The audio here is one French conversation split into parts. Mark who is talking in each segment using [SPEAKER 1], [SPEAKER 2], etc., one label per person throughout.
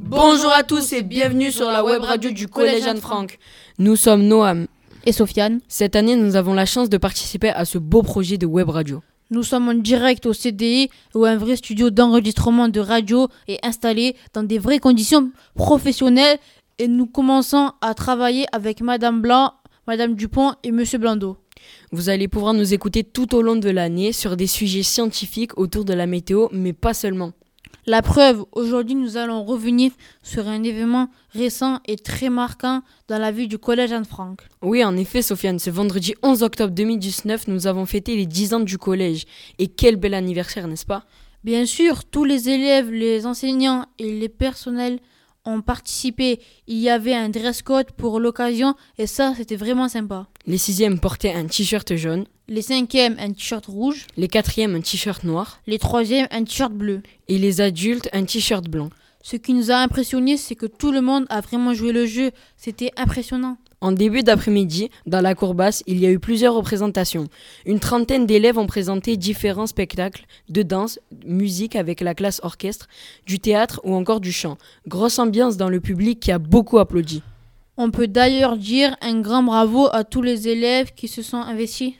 [SPEAKER 1] Bonjour à tous et bienvenue sur la web radio du Collège Anne Franck. Nous sommes Noam.
[SPEAKER 2] Et Sofiane,
[SPEAKER 1] Cette année, nous avons la chance de participer à ce beau projet de web radio.
[SPEAKER 2] nous sommes en direct au CDI où un vrai studio d'enregistrement de radio est installé dans des vraies conditions professionnelles et nous commençons à travailler avec Madame Blanc, Madame Dupont et Monsieur Blando.
[SPEAKER 1] Vous allez pouvoir nous écouter tout au long de l'année sur des sujets scientifiques autour de la météo, mais pas seulement.
[SPEAKER 2] La preuve, aujourd'hui nous allons revenir sur un événement récent et très marquant dans la vie du Collège Anne-Franck.
[SPEAKER 1] Oui, en effet, Sofiane, ce vendredi 11 octobre 2019, nous avons fêté les 10 ans du collège. Et quel bel anniversaire, n'est-ce pas
[SPEAKER 2] Bien sûr, tous les élèves, les enseignants et les personnels ont participé. Il y avait un dress code pour l'occasion et ça, c'était vraiment sympa.
[SPEAKER 1] Les sixièmes portaient un t-shirt jaune,
[SPEAKER 2] Les cinquièmes, un t-shirt rouge.
[SPEAKER 1] les quatrièmes un t-shirt noir,
[SPEAKER 2] Les troisièmes, un t-shirt bleu.
[SPEAKER 1] et les adultes un t-shirt blanc.
[SPEAKER 2] Ce qui nous a impressionné, c'est que tout le monde a vraiment joué le jeu. C'était impressionnant.
[SPEAKER 1] En début d'après-midi, dans la cour basse, il y a eu plusieurs représentations. Une trentaine d'élèves ont présenté différents spectacles de danse, musique avec la classe orchestre, du théâtre ou encore du chant. Grosse ambiance dans le public qui a beaucoup applaudi.
[SPEAKER 2] On peut d'ailleurs dire un grand bravo à tous les élèves qui se sont investis.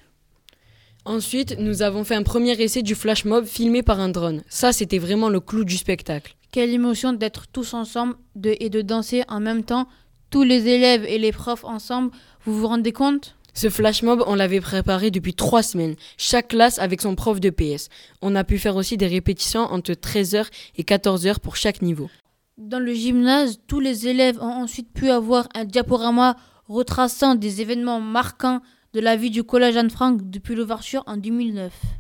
[SPEAKER 1] Ensuite, nous avons fait un premier essai du flash mob filmé par un drone. Ça, c'était vraiment le clou du spectacle.
[SPEAKER 2] Quelle émotion d'être tous ensemble de- et de danser en même temps, tous les élèves et les profs ensemble. Vous vous rendez compte
[SPEAKER 1] Ce flash mob, on l'avait préparé depuis trois semaines, chaque classe avec son prof de PS. On a pu faire aussi des répétitions entre 13h et 14h pour chaque niveau.
[SPEAKER 2] Dans le gymnase, tous les élèves ont ensuite pu avoir un diaporama retraçant des événements marquants de la vie du Collège Anne-Franck depuis l'ouverture en 2009.